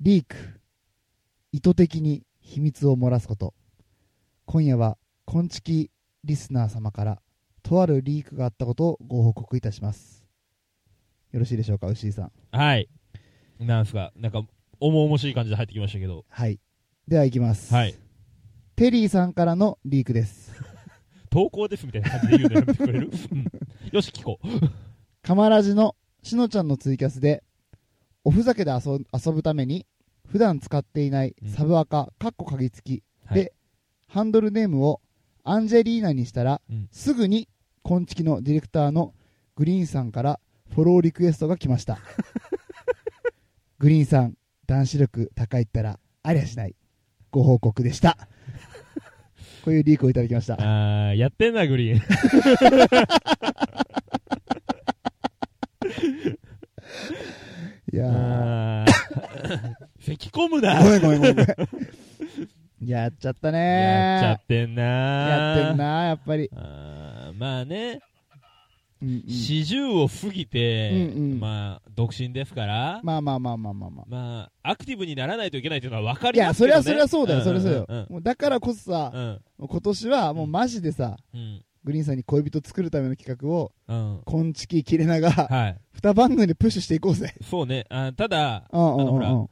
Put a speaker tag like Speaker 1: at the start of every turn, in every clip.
Speaker 1: リーク意図的に秘密を漏らすこと今夜はこんちきリスナー様からとあるリークがあったことをご報告いたしますよろしいでしょうか牛井さん
Speaker 2: はい。なんすか、なんか、重々しい感じで入ってきましたけど。
Speaker 1: はいでは行きます、
Speaker 2: はい、。
Speaker 1: テリーさんからのリークです
Speaker 2: 投稿ですみたいな感じで言うのやめてく れる、うん、よし、聞こう。
Speaker 1: カマラジのしのちゃんのツイキャスで、おふざけで遊遊ぶために、普段使っていないサブアカ、カッコ鍵付き
Speaker 2: はい
Speaker 1: で、ハンドルネームをアンジェリーナにしたら、
Speaker 2: うん
Speaker 1: すぐに、こんちきのディレクターのグリーンさんからフォローリクエストが来ま した。グリーンさん、男子力高いったら、ありゃしない。ご報告で した。こういうリークをいただきました。
Speaker 2: あー、やってんな、グリーン。
Speaker 1: いやー
Speaker 2: あ ー、咳込むな。
Speaker 1: ごめんごめんごめん ごめん。やっちゃったね
Speaker 2: やっちゃってんな
Speaker 1: やってんなやっぱり。
Speaker 2: あーまあね、
Speaker 1: うんうん
Speaker 2: 四十を過ぎて、
Speaker 1: うんうん
Speaker 2: まあ、独身ですから、
Speaker 1: まあまあまあまあまあまあ。
Speaker 2: まあ、アクティブにならないといけないというのは分か
Speaker 1: い
Speaker 2: り
Speaker 1: や、
Speaker 2: ます
Speaker 1: そ
Speaker 2: け
Speaker 1: り
Speaker 2: ど、ね、
Speaker 1: ゃそりゃそうだよ、そりゃそうだよ
Speaker 2: うんうん。
Speaker 1: もうだからこそさ
Speaker 2: う、ん
Speaker 1: もう今年はもうマジでさ、
Speaker 2: うん
Speaker 1: グリーンさんに恋人作るための企画を、
Speaker 2: うんうん
Speaker 1: こんちき切れなが、
Speaker 2: はい。
Speaker 1: 二番組でプッシュしていこうぜ。
Speaker 2: そうね。あただ、
Speaker 1: うんう
Speaker 2: の
Speaker 1: ん
Speaker 2: ほ
Speaker 1: う
Speaker 2: ら
Speaker 1: んうん。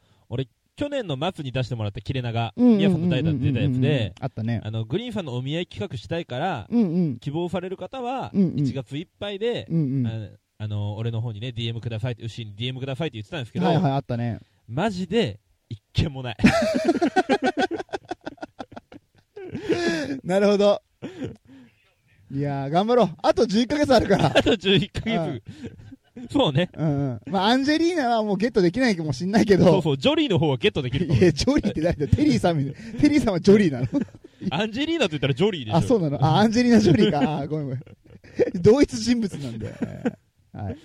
Speaker 2: 去年の末に出してもらった切れ長、
Speaker 1: うんうん
Speaker 2: 宮さんと大太で出たやつ
Speaker 1: うんうんうん
Speaker 2: で、
Speaker 1: あったね。
Speaker 2: あの、グリーンさんのお見合い企画したいから、
Speaker 1: うんうん。
Speaker 2: 希望される方は、
Speaker 1: うんうん
Speaker 2: 1月いっぱいで、
Speaker 1: うん
Speaker 2: ああの、俺の方にね、DM くださいって、牛に DM くださいって言ってたんです
Speaker 1: う
Speaker 2: け
Speaker 1: ん。
Speaker 2: ど、
Speaker 1: はいはい、あったね。
Speaker 2: マジで、一件もない。
Speaker 1: なるほど。いやー、頑張ろう。あと11ヶ月あるから。
Speaker 2: あと11ヶ月。そうね。
Speaker 1: うんうん。まあ、アンジェリーナはもうゲットできないかもしんないけ
Speaker 2: そう
Speaker 1: ど、
Speaker 2: そう、ジョリーの方はゲットできるかも
Speaker 1: いや、ジョリーって誰だよテリーさんみたいな。テリーさんはジョリーなの
Speaker 2: アンジェリーナと言ったらジョリーでしょ。
Speaker 1: あ、そうなのあ、アンジェリーナ・ジョリーか。あ、ごめんごめん。同一人物なんで。えーはい。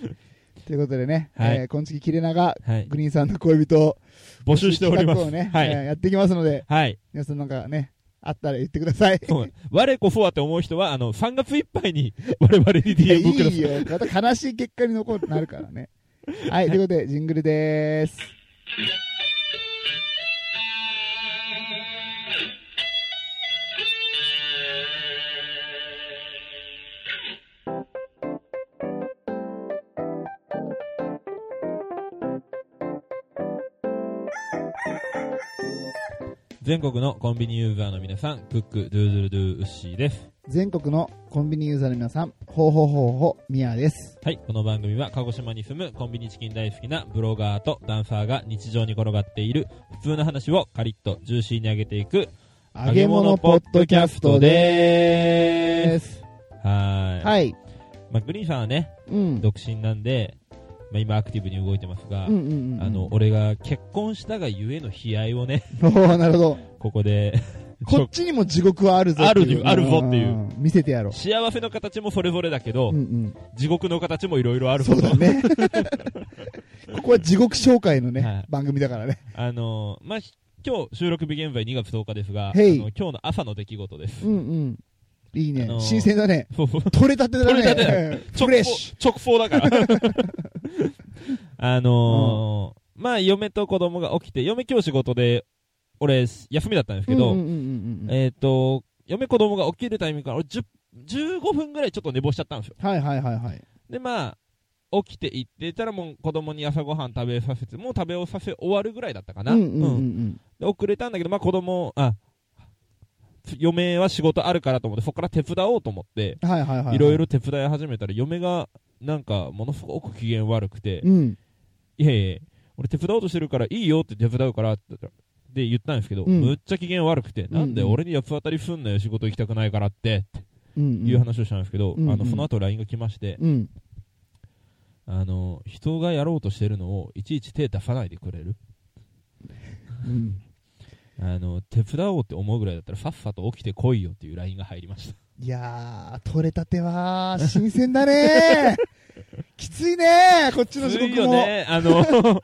Speaker 1: ということでね、
Speaker 2: はい
Speaker 1: えー、今月切れ長、
Speaker 2: はい。
Speaker 1: グリーンさんの恋人を
Speaker 2: 募集しておりま
Speaker 1: 企画を
Speaker 2: す。
Speaker 1: ね、
Speaker 2: はい
Speaker 1: えーやっていきますので、
Speaker 2: はい。
Speaker 1: 皆さんなんかね、あったら言ってください。
Speaker 2: そう我こそはって思う人は、あの、3月いっぱいに我々に
Speaker 1: いや
Speaker 2: DM
Speaker 1: い
Speaker 2: を ください。
Speaker 1: いよ。また悲しい結果に残るなるからね。はい、ということで、ジングルでーす。
Speaker 2: 全国のコンビニユーザーの皆さん、クック、ドゥードゥルドゥーウッシーです。
Speaker 1: 全国のコンビニユーザーの皆さん、ほうほうほうほう、ミヤです。
Speaker 2: はい、この番組は鹿児島に住むコンビニチキン大好きなブロガーとダンサーが日常に転がっている普通の話をカリッとジューシーに上げていく
Speaker 1: 揚げ物ポッドキャストで
Speaker 2: でー
Speaker 1: ー
Speaker 2: す。
Speaker 1: す。
Speaker 2: はーい。
Speaker 1: はい。
Speaker 2: まあ、グリーンさんはね、
Speaker 1: うん。
Speaker 2: 独身なんで、まあ、今アクティブに動いてますが、
Speaker 1: うんうんうん。
Speaker 2: あの、、俺が結婚したがゆえの悲哀をね、
Speaker 1: おー なるほど。
Speaker 2: ここで、
Speaker 1: こっちにも地獄はあるぞっていう。。
Speaker 2: あるぞっていうん
Speaker 1: 見せてやろう。
Speaker 2: 幸せの形もそれぞれだけど、
Speaker 1: うんうん。
Speaker 2: 地獄の形もいろいろある
Speaker 1: そ
Speaker 2: ほ
Speaker 1: う
Speaker 2: ど
Speaker 1: だ ね。ここは地獄紹介の
Speaker 2: は
Speaker 1: ね
Speaker 2: い、
Speaker 1: 番組だからね。
Speaker 2: あのーまあ、ひ今日収録日現在2月10日ですが、あの
Speaker 1: へい
Speaker 2: 今日の朝の出来事です。
Speaker 1: うんうん。いいね
Speaker 2: あの。ー
Speaker 1: 新鮮だね。
Speaker 2: そうそう
Speaker 1: 取れたてだね。
Speaker 2: 取れたて
Speaker 1: うん
Speaker 2: だ
Speaker 1: フレッシ
Speaker 2: 直送だから。 あのーまあ、嫁と子供が起きて、嫁今日仕事で、俺、休みだったんです
Speaker 1: ュ。
Speaker 2: けど、
Speaker 1: うんうんうんうんうん
Speaker 2: えっ、と、嫁子供が起きるタイミングから、俺10、15分ぐらいちょっと寝坊しちゃったんですよ。
Speaker 1: はいはいはいはい。
Speaker 2: で、まあ、起きて行ってたらもう子供に朝ごはん食べさせて、もう食べをさせ終わるぐらいだったかな。
Speaker 1: うんうんうんう
Speaker 2: うん
Speaker 1: ん。
Speaker 2: で遅れたんだけど、まあ子供、あ、嫁は仕事あるからと思って、そこから手伝おうと思って、
Speaker 1: はいはいはい。
Speaker 2: いろい。ろ手伝い始めたら、嫁がなんか、ものすごく機嫌悪くて、
Speaker 1: うん。
Speaker 2: いやいや、俺手伝おうとしてるから、いいよって手伝うからって言ったらで言ったんですけど、
Speaker 1: うん
Speaker 2: むっちゃ機嫌悪くて、なんで俺に八つ当たりすんなよ、仕事行きたくないからって、
Speaker 1: うんうん。
Speaker 2: いう話をしたんですけど、
Speaker 1: うん
Speaker 2: あのその後 LINE が来まして、
Speaker 1: うん。
Speaker 2: あの、人がやろうとしてるのをいちいち手出さないでくれる
Speaker 1: うん。
Speaker 2: あの、手伝おうって思うぐらいだったら、さっさと起きてこいよっていう LINE が入りました。
Speaker 1: いやー、取れたては、新鮮だ ねー。きついねー、こっちの地
Speaker 2: い
Speaker 1: 獄
Speaker 2: よ
Speaker 1: も。
Speaker 2: ね。あ の、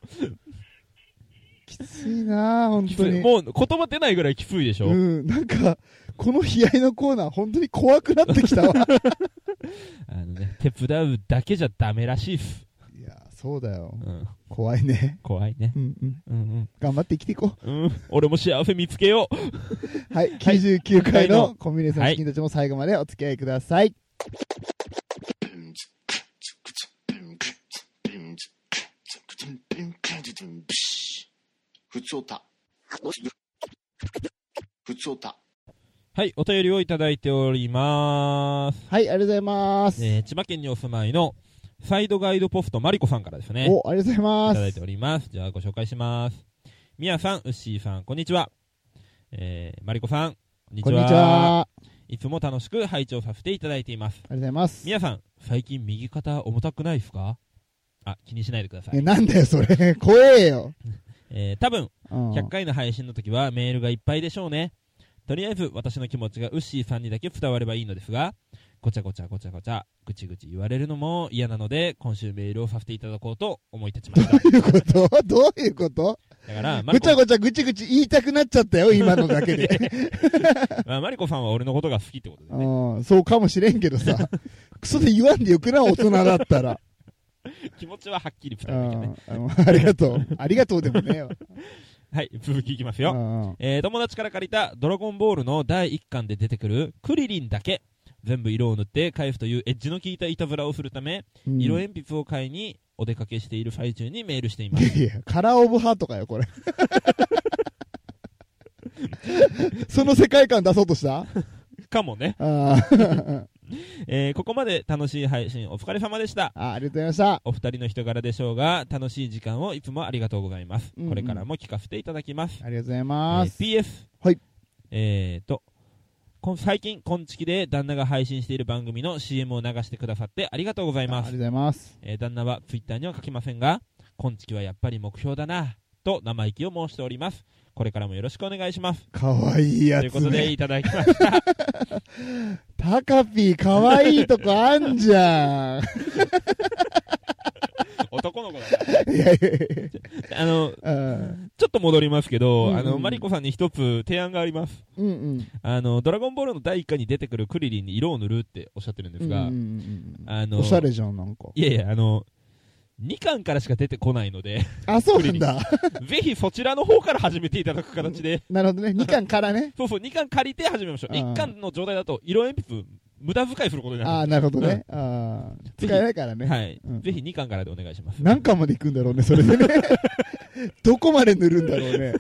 Speaker 1: きついなー、本
Speaker 2: き
Speaker 1: 当
Speaker 2: つい
Speaker 1: に。
Speaker 2: もう言葉出ないぐらいきついでしょ、
Speaker 1: うん、なんか、この悲哀のコーナー、本当に怖くな ってきたわ。
Speaker 2: あのね、手伝うだけじゃダメらしいっす。
Speaker 1: いやー、そうだよ。
Speaker 2: うん。
Speaker 1: 怖いね。
Speaker 2: 怖いね。
Speaker 1: うんうん。
Speaker 2: うん
Speaker 1: 頑張って生きていこ
Speaker 2: うん。うん。俺も幸せ見つけよう。
Speaker 1: う。はい。99回
Speaker 2: は
Speaker 1: の
Speaker 2: い
Speaker 1: コンビニエンスの資金たちも最後までお付き合いください。
Speaker 3: ふつおた。ふつおた。
Speaker 2: はい、お便りをいただいております。
Speaker 1: はい、ありがとうございます。
Speaker 2: えー千葉県にお住まいのサイドガイドポストマリコさんからですね。
Speaker 1: お、ありがとうご
Speaker 2: い
Speaker 1: ざ
Speaker 2: ただ
Speaker 1: い
Speaker 2: いております。じゃあご紹介します。みやさん、うっしーさん、こんにちは。えー、まりこさん、こんに
Speaker 1: こんにちは。あ
Speaker 2: いつも楽しく拝聴させていただいています。
Speaker 1: りがとうございます。
Speaker 2: みやさん、最近右肩重たくないですかあ、気にしないでくださ
Speaker 1: え
Speaker 2: い。
Speaker 1: なんだよ、それ。怖えよ。
Speaker 2: えー、多分
Speaker 1: うん。
Speaker 2: 100回の配信の時はメールがいっぱいでしょうね。とりあえず私の気持ちがウッシーさんにだけ伝わればいいのですが、ごちゃごちゃごちゃごちゃ、ぐちぐち言われるのも嫌なので、今週メールをさせていただこうと思い立ちま した。
Speaker 1: どういうことどういうこと
Speaker 2: だから、マリ
Speaker 1: ぐち
Speaker 2: コ
Speaker 1: ゃぐちゃぐちぐち言いたくなっちゃったよ、今のだけで。
Speaker 2: まあマリコさんは俺のことが好きってことでね。
Speaker 1: うん、そうかもしれんけど さ。クソで言わんでよくな、大人だったら。
Speaker 2: 気持ちははっきり伝
Speaker 1: う
Speaker 2: えなきゃね。
Speaker 1: ん、ありがとう。ありがとうでもねえわ。
Speaker 2: はい、続きいきます
Speaker 1: う
Speaker 2: よ。
Speaker 1: んうん
Speaker 2: えー、友達から借りたドラゴンボールの第1巻で出てくるクリリンだけ。全部色を塗って返すというエッジの効いたいたずらをするため、
Speaker 1: うん
Speaker 2: 色鉛筆を買いにお出かけしている最中にメールしています
Speaker 1: い やいや、カラーオブハートかよ、これ。 その世界観出そうとしたあ
Speaker 2: かもね、
Speaker 1: ー
Speaker 2: えーここまで楽しい配信お疲れ様でした
Speaker 1: あありがとうございま
Speaker 2: お二人の人柄でしょうが楽しい時間をいつもありがとうございます、
Speaker 1: うんうん
Speaker 2: これからも聞かせていただきます
Speaker 1: した。ありがとうござい
Speaker 2: え
Speaker 1: ま
Speaker 2: ー
Speaker 1: す。
Speaker 2: PS、
Speaker 1: はい
Speaker 2: えーとこん最近、こんちきで旦那が配信している番組の CM を流してくださってありがとうござい
Speaker 1: ありが
Speaker 2: ま
Speaker 1: とう
Speaker 2: す
Speaker 1: ご。ざいます。
Speaker 2: えー旦那はツイッターには書きませんが、こんちきはやっぱり目標だな、と生意気を申しております。これからもよろしくお願いします。
Speaker 1: かわいいや
Speaker 2: というこ
Speaker 1: つ
Speaker 2: とで、
Speaker 1: ね。
Speaker 2: いただきま した。
Speaker 1: タカピー、かわいいとこあんじ ゃん。
Speaker 2: 男の子だから
Speaker 1: いやいやい
Speaker 2: あの、
Speaker 1: や。うん
Speaker 2: ちょっと戻りますけど、
Speaker 1: うんうん
Speaker 2: あの、マリコさんに一つ提案があります。
Speaker 1: うんうん。
Speaker 2: あの、ドラゴンボールの第一巻に出てくるクリリンに色を塗るっておっしゃってるんで
Speaker 1: う
Speaker 2: す
Speaker 1: ん
Speaker 2: が、
Speaker 1: うんうんうん
Speaker 2: あの、
Speaker 1: おしゃれじゃん、なんか。
Speaker 2: いやいや、あの、2巻からしか出てこないので、
Speaker 1: あ、そうなんだ。
Speaker 2: ぜひそちらの方から始めていただく形で、
Speaker 1: なるほどね。2巻からね。
Speaker 2: そうそう、2巻借りて始めましょう。
Speaker 1: あー
Speaker 2: 1巻の状態だと、色鉛筆、無駄遣いすることに
Speaker 1: あ
Speaker 2: な
Speaker 1: あ、
Speaker 2: る。
Speaker 1: なるほどね。あー使えないからね。
Speaker 2: はい、
Speaker 1: うん
Speaker 2: ぜひ2巻からでお願いします。
Speaker 1: 何巻まで行くんだろうね、それで ね。どこまで塗るんだろうね。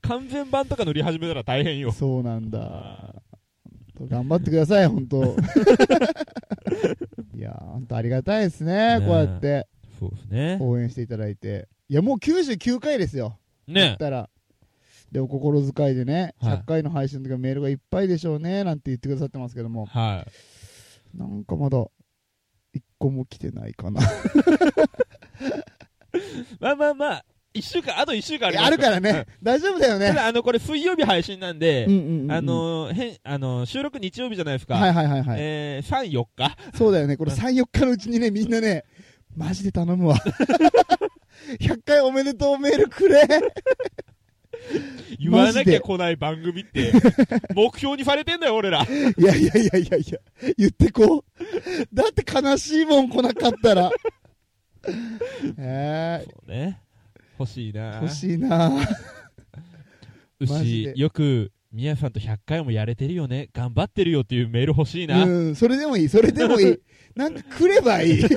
Speaker 2: 完全版とか塗り始めたら大変よ。
Speaker 1: そうなんだ。頑張ってください、本 当いやー、本当ありがたいですね
Speaker 2: ねえ、
Speaker 1: こうやって
Speaker 2: そうですね。
Speaker 1: 応援していただいて。いや、もう99回ですよ。言
Speaker 2: ね
Speaker 1: ったら。で、お心遣いでね、
Speaker 2: はい
Speaker 1: 100回の配信の時はメールがいっぱいでしょうね、なんて言ってくださってますけども、
Speaker 2: はい。
Speaker 1: なんかまだ、一個も来てないかな。
Speaker 2: まあまあまあ、1週間、あと1週間あります
Speaker 1: あるからね、大丈夫だよ
Speaker 2: た
Speaker 1: ね。
Speaker 2: だ、あの、これ水曜日配信なんで、
Speaker 1: うんうんうんうん
Speaker 2: あ、のー、変、あのー、収録日曜日じゃないですか。
Speaker 1: はいはいはいはい。
Speaker 2: えー、3、4日。
Speaker 1: そうだよね、これ3、4日のうちにね、みんなね、マジで頼むわ。100回おめでとうメールくれ
Speaker 2: 言わな
Speaker 1: マジ
Speaker 2: きゃ
Speaker 1: で
Speaker 2: 来ない番組 って、目標にされてんだよ、俺ら。
Speaker 1: いやいやいやいやいや、言ってこう。だって悲しいもん来なかったら。え
Speaker 2: そうね。欲しい
Speaker 1: ー、
Speaker 2: な
Speaker 1: 欲しいな
Speaker 2: う
Speaker 1: マジ
Speaker 2: し
Speaker 1: で、
Speaker 2: よく、みやさんと100回もやれてるよね。頑張ってるよっていうメール欲しいな。
Speaker 1: う
Speaker 2: も
Speaker 1: ん、それでもいい、それでもいい。なんか来ればいい。
Speaker 2: う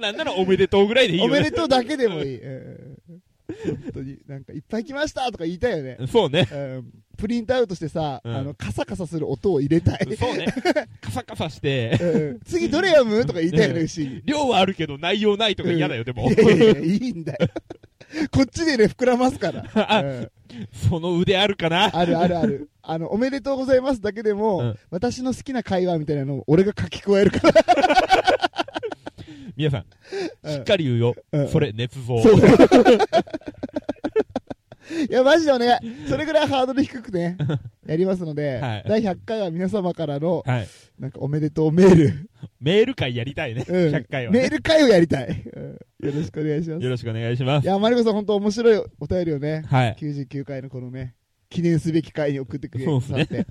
Speaker 2: なんならおめでとうぐらいでいいよ、
Speaker 1: お
Speaker 2: ね。
Speaker 1: めでとうだけでも いい。うん本当に、なんかいっぱい来ましたとか言いたいよね。
Speaker 2: そうね。
Speaker 1: うんプリントアウトしてさ、
Speaker 2: うん
Speaker 1: あの、カサカサする音を入れたい。
Speaker 2: そうね。カサカサして、
Speaker 1: うん次どれ読むとか言いたいよね、牛に。
Speaker 2: 量はあるけど内容ないとか嫌だよ、でも
Speaker 1: い。やいやいや、いいんだよ。こっちでね、膨らますから。
Speaker 2: あ
Speaker 1: うん
Speaker 2: その腕あるかな。
Speaker 1: あるあるある。あの、おめでとうございますだけでも、
Speaker 2: うん
Speaker 1: 私の好きな会話みたいなのを俺が書き加えるから。
Speaker 2: みやさん、
Speaker 1: うん
Speaker 2: しっかり言うよ。
Speaker 1: うん
Speaker 2: それ、捏造。
Speaker 1: そう。 いや、マジでお願い。それぐらいハードル低くね、やりますので、
Speaker 2: はい
Speaker 1: 第100回は皆様からの、
Speaker 2: はい。
Speaker 1: なんかおめでとうメー ル、
Speaker 2: メール会やりたいね、
Speaker 1: うん
Speaker 2: 100回は、
Speaker 1: メー
Speaker 2: ね。
Speaker 1: ル会をやりたい。うんよろしくお願いします。
Speaker 2: よろしくお願いしま
Speaker 1: い
Speaker 2: す。
Speaker 1: や、マリコさん、本当面白いお便りをね、
Speaker 2: はい。
Speaker 1: 99回のこのね、記念すべき回に送ってくれ
Speaker 2: そう
Speaker 1: て
Speaker 2: っすね
Speaker 1: さって、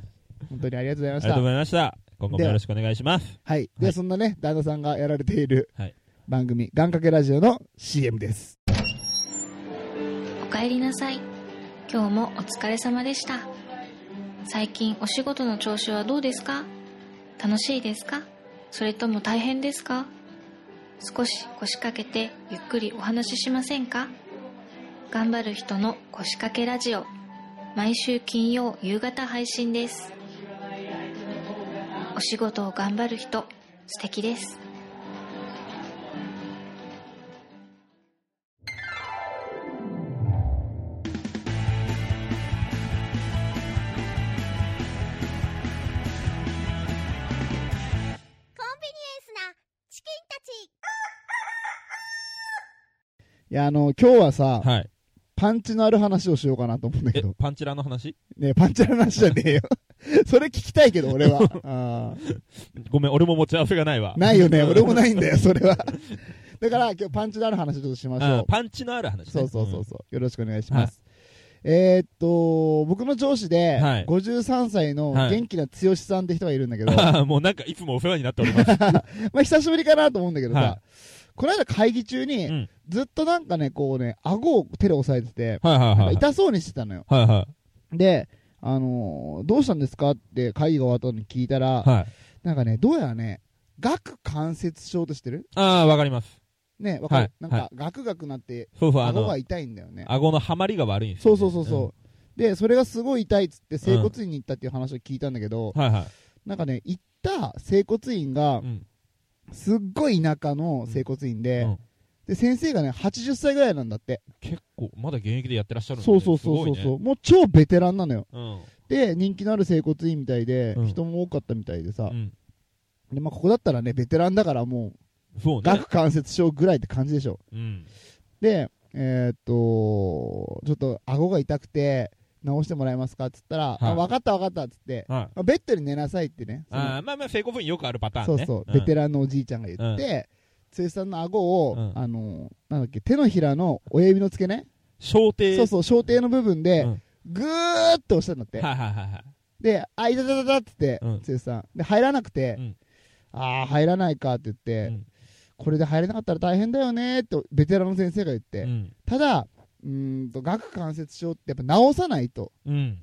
Speaker 1: 本当にありがとうござい
Speaker 2: あ
Speaker 1: ま
Speaker 2: り
Speaker 1: し
Speaker 2: がとう
Speaker 1: た
Speaker 2: ご。ざいました。今後もよろしくお願いします。
Speaker 1: はい。で、そんなね、旦那さんがやられている、
Speaker 2: はい
Speaker 1: 番組、願掛けラジオの CM です。
Speaker 3: おかえりなさい今日もお疲れ様でした最近お仕事の調子はどうですか楽しいですかそれとも大変ですか少し腰掛けてゆっくりお話ししませんか頑張る人の腰掛けラジオ毎週金曜夕方配信ですお仕事を頑張る人素敵です
Speaker 4: コンビニエンスなチキンたち
Speaker 1: いや、あの、今日はさ、
Speaker 2: はい。
Speaker 1: パンチのある話をしようかなと思うんだけ
Speaker 2: え
Speaker 1: ど、、
Speaker 2: パンチラの話
Speaker 1: ねパンチの話じゃねえよ。 それ聞きたいけど、俺 は。あー
Speaker 2: ごめん、俺も持ち合わせがないわ。
Speaker 1: ないよね、俺もないんだよ、それ は。だから、今日パンチのある話ちょっとしましょ
Speaker 2: あ
Speaker 1: う。
Speaker 2: パンチのある話、ね。
Speaker 1: そうそうそう
Speaker 2: う
Speaker 1: そう、よろしくお願いします。えーっと、僕の上司で、
Speaker 2: はい
Speaker 1: 53歳の
Speaker 2: はい
Speaker 1: 元気な剛さんって人がいるんだけ
Speaker 2: ん
Speaker 1: ど、
Speaker 2: あーもうなんかいつもお世話になっております。
Speaker 1: まあ久しぶりかなと思うんだけどさ、
Speaker 2: は
Speaker 1: この間会議中に、
Speaker 2: うん
Speaker 1: ずっとなんかね、こうね、顎を手で押さえてて、
Speaker 2: はいはい
Speaker 1: なん
Speaker 2: は
Speaker 1: か
Speaker 2: い。
Speaker 1: 痛そうにしてたのよ。
Speaker 2: はいは
Speaker 1: で、あのーどうしたんですかって会議が終わったのに聞いたら、
Speaker 2: い。はい。
Speaker 1: なんかね、どうやらね、顎関節症としてる
Speaker 2: ああ、わかります。
Speaker 1: ね、わかる、
Speaker 2: はい
Speaker 1: なんか、ガクガクなって、
Speaker 2: そうそう、あ
Speaker 1: 顎
Speaker 2: の
Speaker 1: が、痛いんだよね。
Speaker 2: 顎のハマりが悪いんです
Speaker 1: そ
Speaker 2: よ、
Speaker 1: うそうそうそう。で、それがすごい痛いっつって、整骨院に行ったっていう話を聞いたんだけど、
Speaker 2: うん。はいはい。
Speaker 1: なんかね、行った整骨院が
Speaker 2: う、ん。
Speaker 1: すっごい田舎の整骨院で、
Speaker 2: うん
Speaker 1: で、先生がね、80歳ぐらいなんだって。
Speaker 2: 結構、まだ現役でやってらっしゃるんです
Speaker 1: そう
Speaker 2: ね。
Speaker 1: そうそうそう
Speaker 2: す
Speaker 1: そ、
Speaker 2: ごいう
Speaker 1: もう超ベテランなのよ。
Speaker 2: ね。
Speaker 1: で、人気のある整骨院みたいで、
Speaker 2: うん
Speaker 1: 人も多かったみたいでさ
Speaker 2: う、ん。
Speaker 1: で、まあ、ここだったらね、ベテランだからも
Speaker 2: うん。そう
Speaker 1: う、
Speaker 2: ね
Speaker 1: 顎。関節症ぐらいって感じでしょ。
Speaker 2: うん。
Speaker 1: で、えーっと、ちょっと顎が痛くて、治してもらえますかっつったら、
Speaker 2: い
Speaker 1: あ分かった分かったっつって、
Speaker 2: はい。
Speaker 1: まあベッドに寝なさいってね、その
Speaker 2: あーまあまあ、成功部によくあるパター
Speaker 1: そ
Speaker 2: ン
Speaker 1: う
Speaker 2: ね。
Speaker 1: そう、
Speaker 2: ん
Speaker 1: ベテランのおじいちゃんが言って、剛さんの顎を、
Speaker 2: うん
Speaker 1: あの、なんだっけ、手のひらの親指の付け根、
Speaker 2: 小艇。
Speaker 1: そうそう、小手の部分で
Speaker 2: うん、
Speaker 1: ぐーって押したんだって。
Speaker 2: はいはいはいはい。
Speaker 1: で、あ、いたたたたって
Speaker 2: う
Speaker 1: 言
Speaker 2: ん
Speaker 1: って、剛さん。で、入らなくて、
Speaker 2: うん
Speaker 1: ああ、入らないかって言って、
Speaker 2: うん
Speaker 1: これで入れなかったら大変だよねって、ベテランの先生が言って、
Speaker 2: うん。
Speaker 1: ただ、うーんと、顎関節症ってやっぱ治さないと。
Speaker 2: うん。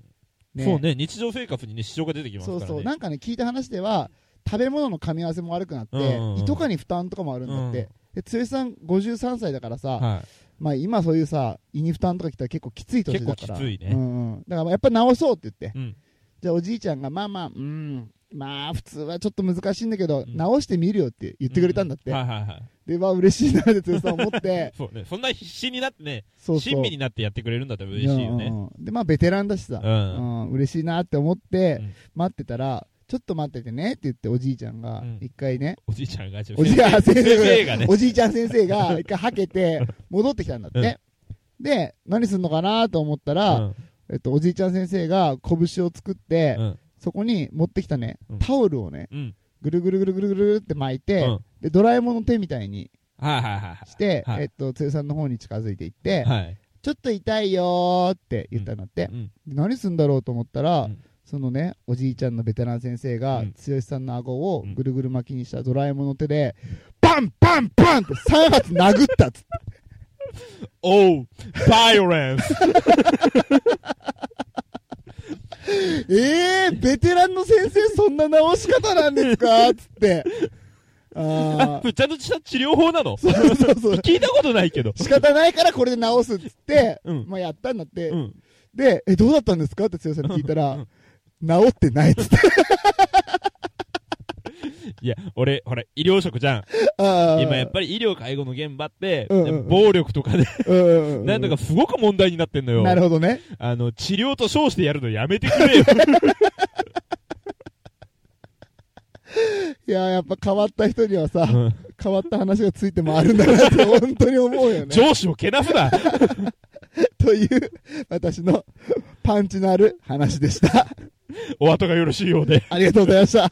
Speaker 2: そうね、日常生活にね、支障が出てきます
Speaker 1: そ
Speaker 2: から
Speaker 1: う
Speaker 2: ね。
Speaker 1: そう、なんかね、聞いた話では、食べ物の噛み合わせも悪くなって、
Speaker 2: うんうんうん
Speaker 1: 胃とかに負担とかもあるんだって、で剛さん53歳だからさ、
Speaker 2: はい。
Speaker 1: まあ、今そういうさ、胃に負担とかきたら結構きつい年だから、
Speaker 2: 結構きついね
Speaker 1: うんうん、だからやっぱ治そうって言って、
Speaker 2: うん。
Speaker 1: じゃあおじいちゃんが、まあまあ、うん、まあ、普通はちょっと難しいんだけど、
Speaker 2: ん
Speaker 1: 治してみるよって言ってくれたんだって、
Speaker 2: うはいはいはい。
Speaker 1: で、まあ、嬉しいなって剛さん思 って、
Speaker 2: そうね、そんな必死になってね、
Speaker 1: そうそう
Speaker 2: 親身になってやってくれるんだったら嬉しいよ
Speaker 1: う
Speaker 2: ね。
Speaker 1: んうんで、まあ、ベテランだしさ、
Speaker 2: う。
Speaker 1: うんん、嬉しいなって思って
Speaker 2: うん、
Speaker 1: 待ってたら、ちょっと待っててねって言って、おじいちゃんが
Speaker 2: うん、
Speaker 1: 一回ね、
Speaker 2: おじいちゃんが、
Speaker 1: おじいちゃん先
Speaker 2: 先
Speaker 1: 生
Speaker 2: 生
Speaker 1: が
Speaker 2: がね、
Speaker 1: おじいちゃん先生 が一回はけて、戻ってきたんだって。で、何すんのかなと思ったら、
Speaker 2: うん
Speaker 1: えっと、おじいちゃん先生が拳を作って
Speaker 2: う、ん。
Speaker 1: そこに持ってきたね
Speaker 2: うん、
Speaker 1: タオルをね
Speaker 2: うん、
Speaker 1: ぐるぐるぐるぐるぐるって巻いうて、
Speaker 2: ん
Speaker 1: で、ドラえもんの手みたいに
Speaker 2: はいはいはいはい。
Speaker 1: して、
Speaker 2: は
Speaker 1: え
Speaker 2: い
Speaker 1: っと、つさんの方に近づいていって、
Speaker 2: はい。
Speaker 1: ちょっと痛いよーって言ったんだって。
Speaker 2: うん
Speaker 1: で何すんだろうと思ったら、
Speaker 2: うん
Speaker 1: そのねおじいちゃんのベテラン先生が、
Speaker 2: うん
Speaker 1: 剛さんの顎を
Speaker 2: うん
Speaker 1: ぐるぐる巻きにしたドラえもんの手で、パンパンパンって3発殴ったっつって
Speaker 2: おう、バイオレンス
Speaker 1: えー、ベテランの先生そんな直し方なんですかっつって あ
Speaker 2: ちゃんとした治療法なの
Speaker 1: ーそうそうそう
Speaker 2: 聞いたことないけど。
Speaker 1: 仕方ないからこれで直すっつって、
Speaker 2: うん
Speaker 1: まあやったんだって、
Speaker 2: うん。
Speaker 1: でえどうだったんですかって剛さんに聞いたら、治ってないっつって
Speaker 2: いや、俺、ほら、医療職じゃん。
Speaker 1: あー
Speaker 2: 今やっぱり医療介護の現場って、
Speaker 1: うんうんうん
Speaker 2: 暴力とかで、
Speaker 1: うんうんうん
Speaker 2: なんだかすごく問題になってんのよ。
Speaker 1: なるほどね
Speaker 2: あの、治療と称してやるのやめてく れよ。
Speaker 1: いやーやっぱ変わった人にはさ、
Speaker 2: うん
Speaker 1: 変わった話がついて回るんだな って本当に思うよね。
Speaker 2: 上司をけな すな。
Speaker 1: という私のパンチのある話でした。
Speaker 2: お後がよろしいようで。
Speaker 1: ありがとうございました。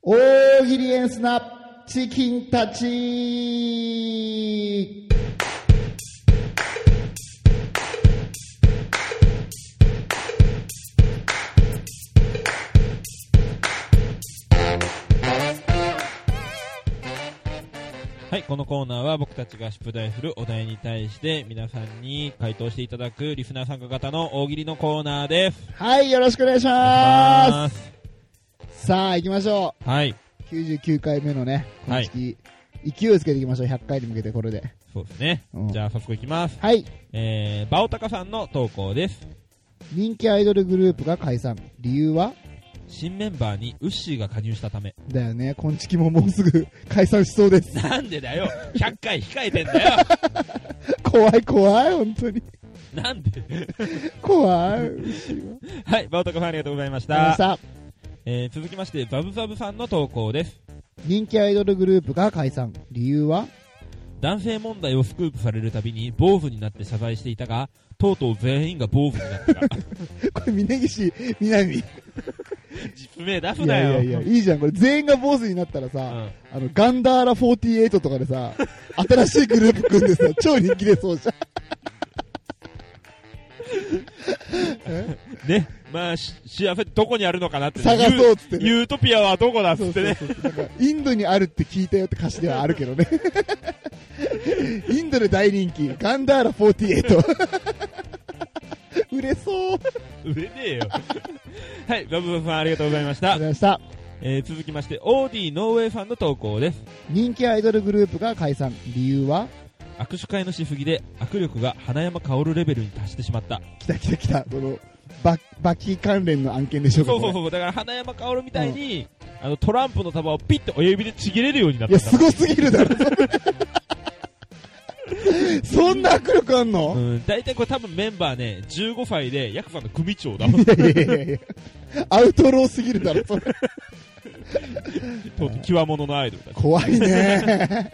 Speaker 1: 大喜利エンスなチキンたち
Speaker 2: はい、このコーナーは僕たちが出題するお題に対して皆さんに回答していただくリスナー参加型の大喜利のコーナーです。
Speaker 1: はい、よろしくお願いし
Speaker 2: お
Speaker 1: ま
Speaker 2: 願いしますす
Speaker 1: さあ、行きましょ
Speaker 2: はい、
Speaker 1: う !99 回目のね、この月、勢いをつけていきましょう、100回に向けてこれで。
Speaker 2: そうですね。
Speaker 1: うん
Speaker 2: じゃあ早速いきます。
Speaker 1: はい、
Speaker 2: えー、バオタカさんの投稿です。
Speaker 1: 人気アイドルグループが解散。理由は
Speaker 2: 新メンバーにウッシーが加入したため。
Speaker 1: だよね、こんちきももうすぐ解散しそうです。
Speaker 2: なんでだよ !100 回控えてんだよ
Speaker 1: 怖い怖い、本当に。
Speaker 2: なんで
Speaker 1: 怖い。牛は
Speaker 2: はい、バオタカさんありがとうございまし
Speaker 1: あの
Speaker 2: た。
Speaker 1: さ
Speaker 2: えー、続きまして、バブバブさんの投稿です。
Speaker 1: 人気アイドルグループが解散。理由は
Speaker 2: 男性問題をスクープされるたびに坊主になって謝罪していたが、とうとう全員が坊主になったから。
Speaker 1: これ、峯岸みなみ。い
Speaker 2: 実名出すな
Speaker 1: やい
Speaker 2: よ。
Speaker 1: やいや、いいじゃん。これ、全員が坊主になったら
Speaker 2: う
Speaker 1: さ、
Speaker 2: ん
Speaker 1: あの、ガンダーラ48とかでさ、新しいグループ組んでさ、超人気でそうじゃん。
Speaker 2: ね、まあ、し幸せってどこにあるのかなって、
Speaker 1: 探そうっつってね
Speaker 2: ユーユートピアはどこだっつ
Speaker 1: そう
Speaker 2: って
Speaker 1: そう
Speaker 2: ね。
Speaker 1: そうなんかインドにあるって聞いたよって歌詞ではあるけどね。 インドで大人気、ガンダーラ48。売れそう。
Speaker 2: 売れねえよ。はい、バブバブさんありがとうございまし
Speaker 1: あ
Speaker 2: た
Speaker 1: りがとうござい。ました。
Speaker 2: えー続きまして、オーディノーウェイさんの投稿です。
Speaker 1: 人気アイドルグループが解散。理由は
Speaker 2: 握手会のしすぎで握力が花山薫レベルに達してしまった。
Speaker 1: 来た来た来た。この、ババキ関連の案件でしょ
Speaker 2: そう
Speaker 1: こ
Speaker 2: そ
Speaker 1: れ
Speaker 2: うそう。だから花山薫みたいに、あの、トランプの束をピッて親指でちぎれるようになっ
Speaker 1: いや、
Speaker 2: たん
Speaker 1: す
Speaker 2: だ。
Speaker 1: ごすぎるだろ、そ れそんな握力あんの、
Speaker 2: うん、大体これ多分メンバーね、15歳でヤクザの組長だもん。
Speaker 1: いやいやいやいやアウトローすぎるだろ、それ。
Speaker 2: とうとう極物のアイドルだ。
Speaker 1: 怖いね。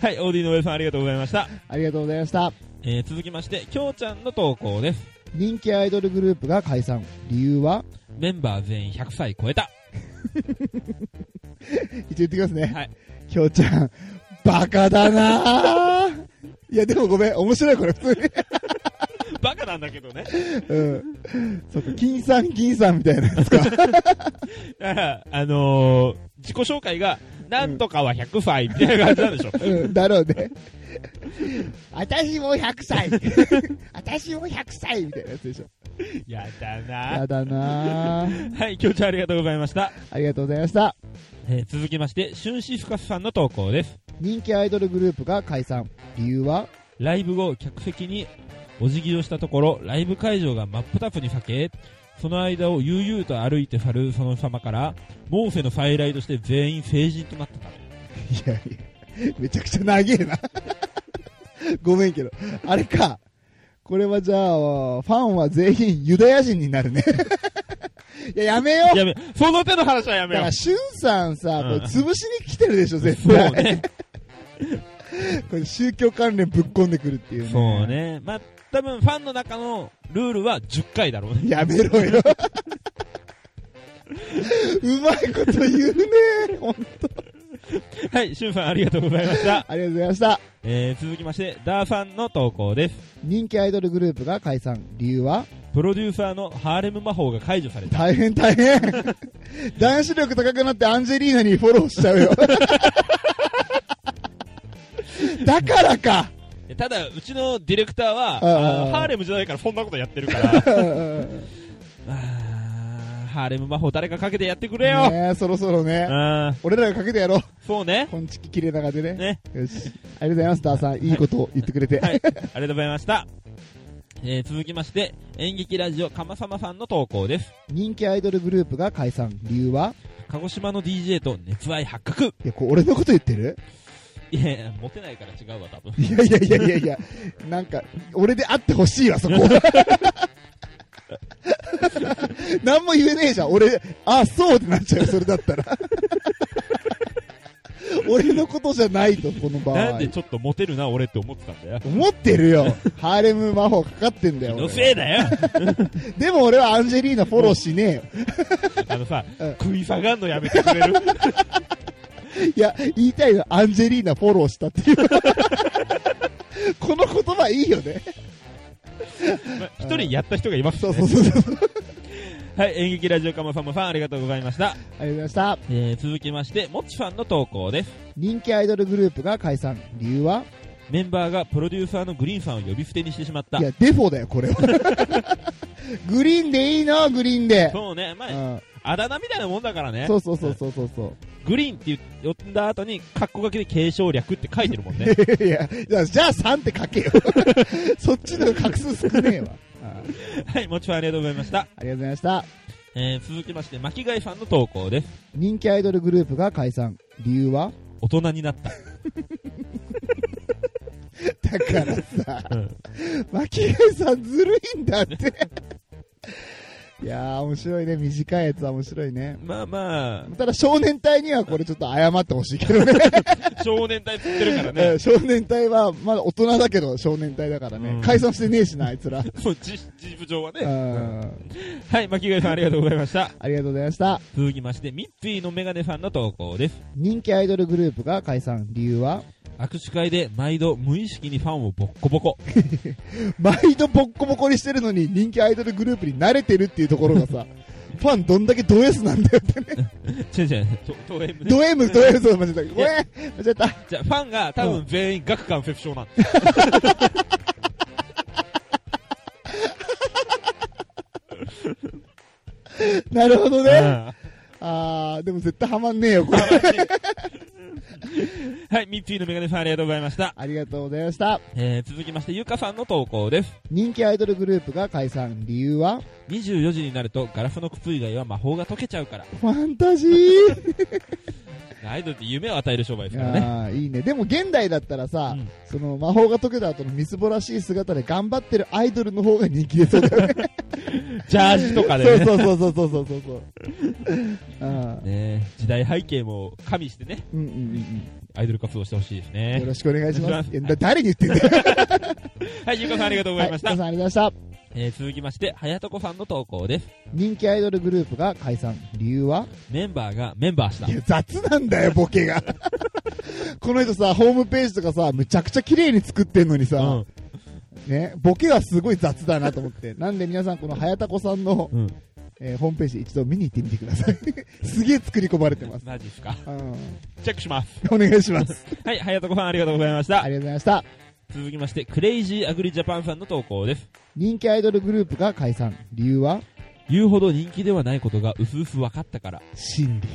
Speaker 2: はい、オーディノーウェイさんありがとうございました。
Speaker 1: ありがとうございました。
Speaker 2: えー続きまして、きょうちゃんの投稿です。
Speaker 1: 人気アイドルグループが解散。理由は
Speaker 2: メンバー全員100歳超えた。
Speaker 1: 一応言ってきますね。
Speaker 2: はい。
Speaker 1: きょうちゃん、バカだなぁ。いや、でもごめん。面白い、これ、普通に。
Speaker 2: バカなんだけどね。
Speaker 1: うん。そうか、金さん、金さんみたいなやつか。
Speaker 2: だから あのー、自己紹介が、なんとかは100歳みたいな感じなんでしょ。
Speaker 1: うん、だろうね。私も100歳。私も100歳みたいなやつでしょ。
Speaker 2: やだな
Speaker 1: やだなぁ。
Speaker 2: はい、きょうちゃんありがとうございました。
Speaker 1: ありがとうございました。
Speaker 2: えー続きまして、春子深さんの投稿です。
Speaker 1: 人気アイドルグループが解散。理由は
Speaker 2: ライブ後、客席にお辞儀をしたところ、ライブ会場が真っ二つに避け、その間を悠々と歩いて去るその様から、モーフェの再来として全員成人となったた
Speaker 1: い
Speaker 2: め。
Speaker 1: やいや、めちゃくちゃ長えな。ごめんけど。あれか。これはじゃあ、ファンは全員ユダヤ人になるね。いや、やめよう。
Speaker 2: やめ、その手の話はやめ
Speaker 1: だ
Speaker 2: よ
Speaker 1: から、
Speaker 2: う。
Speaker 1: しゅんさんさ、
Speaker 2: うん
Speaker 1: これ潰しに来てるでしょ、絶
Speaker 2: そう
Speaker 1: 対。
Speaker 2: ね。
Speaker 1: これ宗教関連ぶっ込んでくるっていうね。
Speaker 2: そう。ね。まあ、多分ファンの中のルールは10回だろうね。
Speaker 1: やめろよ。うまいこと言うね。ほん
Speaker 2: はい、シュンさんありがとうございました。
Speaker 1: ありがとうございました。
Speaker 2: えー、続きまして、ダーさんの投稿です。
Speaker 1: 人気アイドルグループが解散。理由は
Speaker 2: プロデューサーのハーレム魔法が解除された。
Speaker 1: 大変大変。男子力高くなってアンジェリーナにフォローしちゃうよ。だからか。
Speaker 2: ただ、うちのディレクターは、
Speaker 1: あー
Speaker 2: あのハーレムじゃないからそんなことやってる から。
Speaker 1: ね
Speaker 2: あーハーレム魔法誰かかけてやってくれよ。
Speaker 1: え、そろそろね。
Speaker 2: あー
Speaker 1: 俺らがかけてやろう。
Speaker 2: そうね。
Speaker 1: こんちき綺麗な感じでね。
Speaker 2: ね。
Speaker 1: よし。ありがとうございます、ダーさん。いいことを言ってくれて。
Speaker 2: はい。ありがとうございました。えー、続きまして、演劇ラジオかまさまさんの投稿です。
Speaker 1: 人気アイドルグループが解散。理由は
Speaker 2: 鹿児島の DJ と熱愛発覚。
Speaker 1: いや、これ俺のこと言ってる
Speaker 2: いやいや、モテないから違うわ、多 分。
Speaker 1: いやいやいやいやいや。なんか、俺で会ってほしいわ、そこ。 何も言えねえじゃん。俺、あ、そうってなっちゃう、それだったら。俺のことじゃないと、この場合。
Speaker 2: なんでちょっとモテるな俺って思ってたんだよ
Speaker 1: 思ってるよ。ハーレム魔法かかってんだよ。
Speaker 2: の
Speaker 1: 俺
Speaker 2: せい だよ
Speaker 1: でも俺はアンジェリーナフォローしね
Speaker 2: あのさ、
Speaker 1: うん
Speaker 2: 食い下がんのやめてくれる
Speaker 1: えよ。いや、言いたいのはアンジェリーナフォローしたって いう。この言葉いいよ ね。
Speaker 2: まあ一人やった人がいますし
Speaker 1: そ
Speaker 2: ね
Speaker 1: うそうそうそう。
Speaker 2: はい演劇ラジオカモさんもファンありがとうございました、
Speaker 1: ありがとうございました。
Speaker 2: えー、続きましてもちファンの投稿です
Speaker 1: 人気アイドルグループが解散。理由は
Speaker 2: メンバーがプロデューサーのグリーンさんを呼び捨てにしてしまった
Speaker 1: いや、デフォだよ、これは。 グリーンでいいの、グリーンで。
Speaker 2: そうねま
Speaker 1: う
Speaker 2: あ
Speaker 1: ん
Speaker 2: あだ名みたいなもんだからね
Speaker 1: そうそうそうそうそうそう。
Speaker 2: グリーンって呼んだ後にカッコ書きで継承略って書いてる もんね
Speaker 1: いや、じゃあじゃあ3って書けよ。 そっちの画数少ねえわ。あ
Speaker 2: はいもちファンありがとうございました、
Speaker 1: ありがとうございました。
Speaker 2: えー、続きまして巻貝さんの投稿です
Speaker 1: 人気アイドルグループが解散。理由は
Speaker 2: 大人になった
Speaker 1: だからさ
Speaker 2: うん、
Speaker 1: 巻貝さんずるいんだって。 いやー、面白いね。短いやつは面白いね。
Speaker 2: まあま
Speaker 1: ただ少年隊にはこれちょっと謝ってほしいけどね。
Speaker 2: あ少年隊釣ってるから
Speaker 1: う
Speaker 2: ね
Speaker 1: ん少年隊は、まだ大人だけど少年隊だから
Speaker 2: うん
Speaker 1: ね。解散してねえしな、あいつら。
Speaker 2: そう事事実上は
Speaker 1: う
Speaker 2: ね
Speaker 1: ん
Speaker 2: はい巻貝さんありがとうございました
Speaker 1: ありがとうございました。
Speaker 2: 続きましてミッツィのメガネさんの投稿です
Speaker 1: 人気アイドルグループが解散。理由は
Speaker 2: 握手会で毎度無意識にファンをボッコボコ
Speaker 1: 毎度ボッコボコにしてるのに人気アイドルグループに慣れてるっていうところがさ、ファンどんだけド S なんだよってね。
Speaker 2: 違う違うととえむね
Speaker 1: ド M、ド M、そう、間違えた。ごめん間違えた。
Speaker 2: じゃあファンが多分全員顎関節症なん
Speaker 1: なるほど
Speaker 2: だ
Speaker 1: ね。あー、でも絶対ハマんねえよ、これ。
Speaker 2: はい、ミッピーのメガネさんありがとうございました。
Speaker 1: ありがとうございました。
Speaker 2: えー、続きまして、ゆかさんの投稿です。
Speaker 1: 人気アイドルグループが解散。理由は
Speaker 2: 24時になると、ガラスの靴以外は魔法が解けちゃうから。
Speaker 1: ファンタジー。
Speaker 2: アイドルって夢を与える商売ですからね。
Speaker 1: あー、いいね。でも現代だったらさ
Speaker 2: うん、
Speaker 1: その魔法が解けた後のみすぼらしい姿で頑張ってるアイドルの方が人気でそうだよね。
Speaker 2: ジャージとか
Speaker 1: そ
Speaker 2: で
Speaker 1: う
Speaker 2: ね。
Speaker 1: そうそうそうそうそうそう。あー
Speaker 2: ね時代背景も加味してね、
Speaker 1: うんうんうんうん。
Speaker 2: アイドル活動してほしいです
Speaker 1: よ
Speaker 2: ね。
Speaker 1: ろしくお願いし
Speaker 2: お願
Speaker 1: ま
Speaker 2: い
Speaker 1: す。
Speaker 2: します
Speaker 1: いやだ誰に言ってんだよ。
Speaker 2: はい、ゆかさんありがとうございました。
Speaker 1: はい皆さんありがとうございました。
Speaker 2: えー、続きまして、はやとこさんの投稿です。
Speaker 1: 人気アイドルグループが解散。理由は
Speaker 2: メンバーがメンバーした
Speaker 1: い。や、雑なんだよ、ボケが。 この人さ、ホームページとかさ、むちゃくちゃ綺麗に作ってんのに
Speaker 2: う
Speaker 1: さ
Speaker 2: ん、。
Speaker 1: ね、ボケがすごい雑だなと思 って。なんで皆さん、この早田子さんの、
Speaker 2: うん。
Speaker 1: えーホームページ一度見に行ってみてください。 すげえ作り込まれてます。
Speaker 2: マジですか。
Speaker 1: うん。
Speaker 2: チェックします。
Speaker 1: お願いします。
Speaker 2: はい、はやとこさんありがとうございました
Speaker 1: あ。りがとうございました。
Speaker 2: 続きまして、クレイジーアグリジャパンさんの投稿です。
Speaker 1: 人気アイドルグループが解散。理由は
Speaker 2: 言うほど人気ではないことがうすうす分かったから。
Speaker 1: 心理。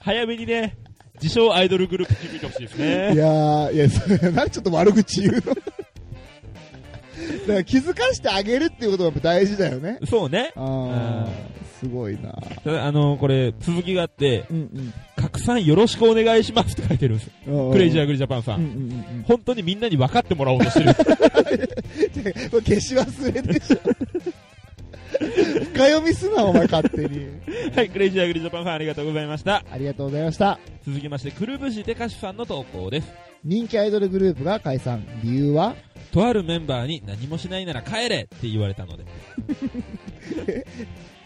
Speaker 2: 早めにね、自称アイドルグループ気づいてほしいです
Speaker 1: い
Speaker 2: ね。
Speaker 1: やー、いや、それ、なんでちょっと悪口 言うのだから気づかしてあげるっていうことがやっぱ大事だよね。
Speaker 2: そうね。
Speaker 1: あー、すごいな
Speaker 2: ただあの、これ、続きがあって、
Speaker 1: うん
Speaker 2: 拡散よろしくお願いしますって書いてるんです。
Speaker 1: うん。
Speaker 2: クレイジーア
Speaker 1: グ
Speaker 2: グリジャパンさ
Speaker 1: うん
Speaker 2: ん。
Speaker 1: うんうんうん。
Speaker 2: 本当にみんなに分かってもらおうとしてる。
Speaker 1: てかこれ消し忘れでしょ。深読みすな、お前勝手に。
Speaker 2: はい、クレイジーアグリジャパンさんありがとうございました。
Speaker 1: ありがとうございました。
Speaker 2: 続きまして、くるぶしでかしさんの投稿です。
Speaker 1: 人気アイドルグループが解散。理由は
Speaker 2: とあるメンバーに何もしないなら帰れって言われたので。
Speaker 1: こ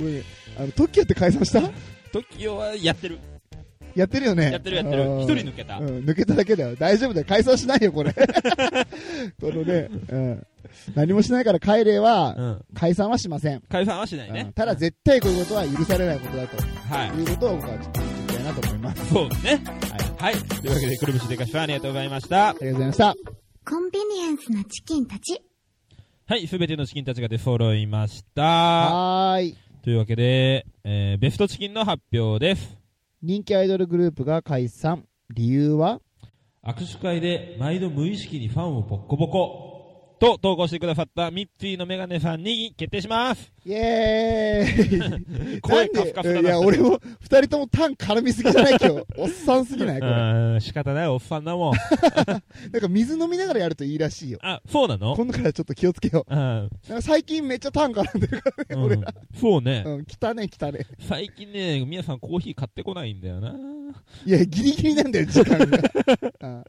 Speaker 1: れあの、トッキアって解散した
Speaker 2: トキオはやってる。
Speaker 1: やってるよね。
Speaker 2: やってるやってる
Speaker 1: あー
Speaker 2: 一人抜けた
Speaker 1: うん、抜けただけだよ。大丈夫だよ。解散しないよ、こ れ。このね、うん。何もしないから帰れは、
Speaker 2: うん。
Speaker 1: 解散はしません。
Speaker 2: 解散はしないね
Speaker 1: うん。ただ絶対こういうことは許されないことだと、
Speaker 2: はい
Speaker 1: い、。うことを僕はちょっと言いたいなと思います。
Speaker 2: そうですね。はい。というわけで、くるぶしでかしさんありがとうございました
Speaker 1: あ。りがとうございました。
Speaker 4: コンビニエンスなチキンたち。
Speaker 2: はい、すべてのチキンたちが出揃いました。
Speaker 1: はーい。
Speaker 2: というわけで、えー、ベストチキンの発表です。
Speaker 1: 人気アイドルグループが解散。理由は
Speaker 2: 握手会で毎度無意識にファンをボッコボコと投稿してくださったミッツィのメガネさんに決定します。
Speaker 1: イエー イ
Speaker 2: 声
Speaker 1: な
Speaker 2: カ
Speaker 1: んで
Speaker 2: フカフだ
Speaker 1: いや、
Speaker 2: な。
Speaker 1: 俺も二人ともタン絡みすぎじゃない今 日。おっさんすぎないこれ。な
Speaker 2: うん、仕方ないおっさんだもん。
Speaker 1: んか水飲みながらやるといいらしいよ。
Speaker 2: あ、そうなの
Speaker 1: 今度からちょっと気をつけよ
Speaker 2: うん、
Speaker 1: う。なんか最近めっちゃタン絡んでるからね、
Speaker 2: う
Speaker 1: 俺
Speaker 2: ん
Speaker 1: ら。
Speaker 2: そうね
Speaker 1: う。ん、汚ね汚ね。
Speaker 2: 最近ね、みやさんコーヒー買ってこないんだよな。
Speaker 1: いや、ギリギリなんだよ、時 間が。うん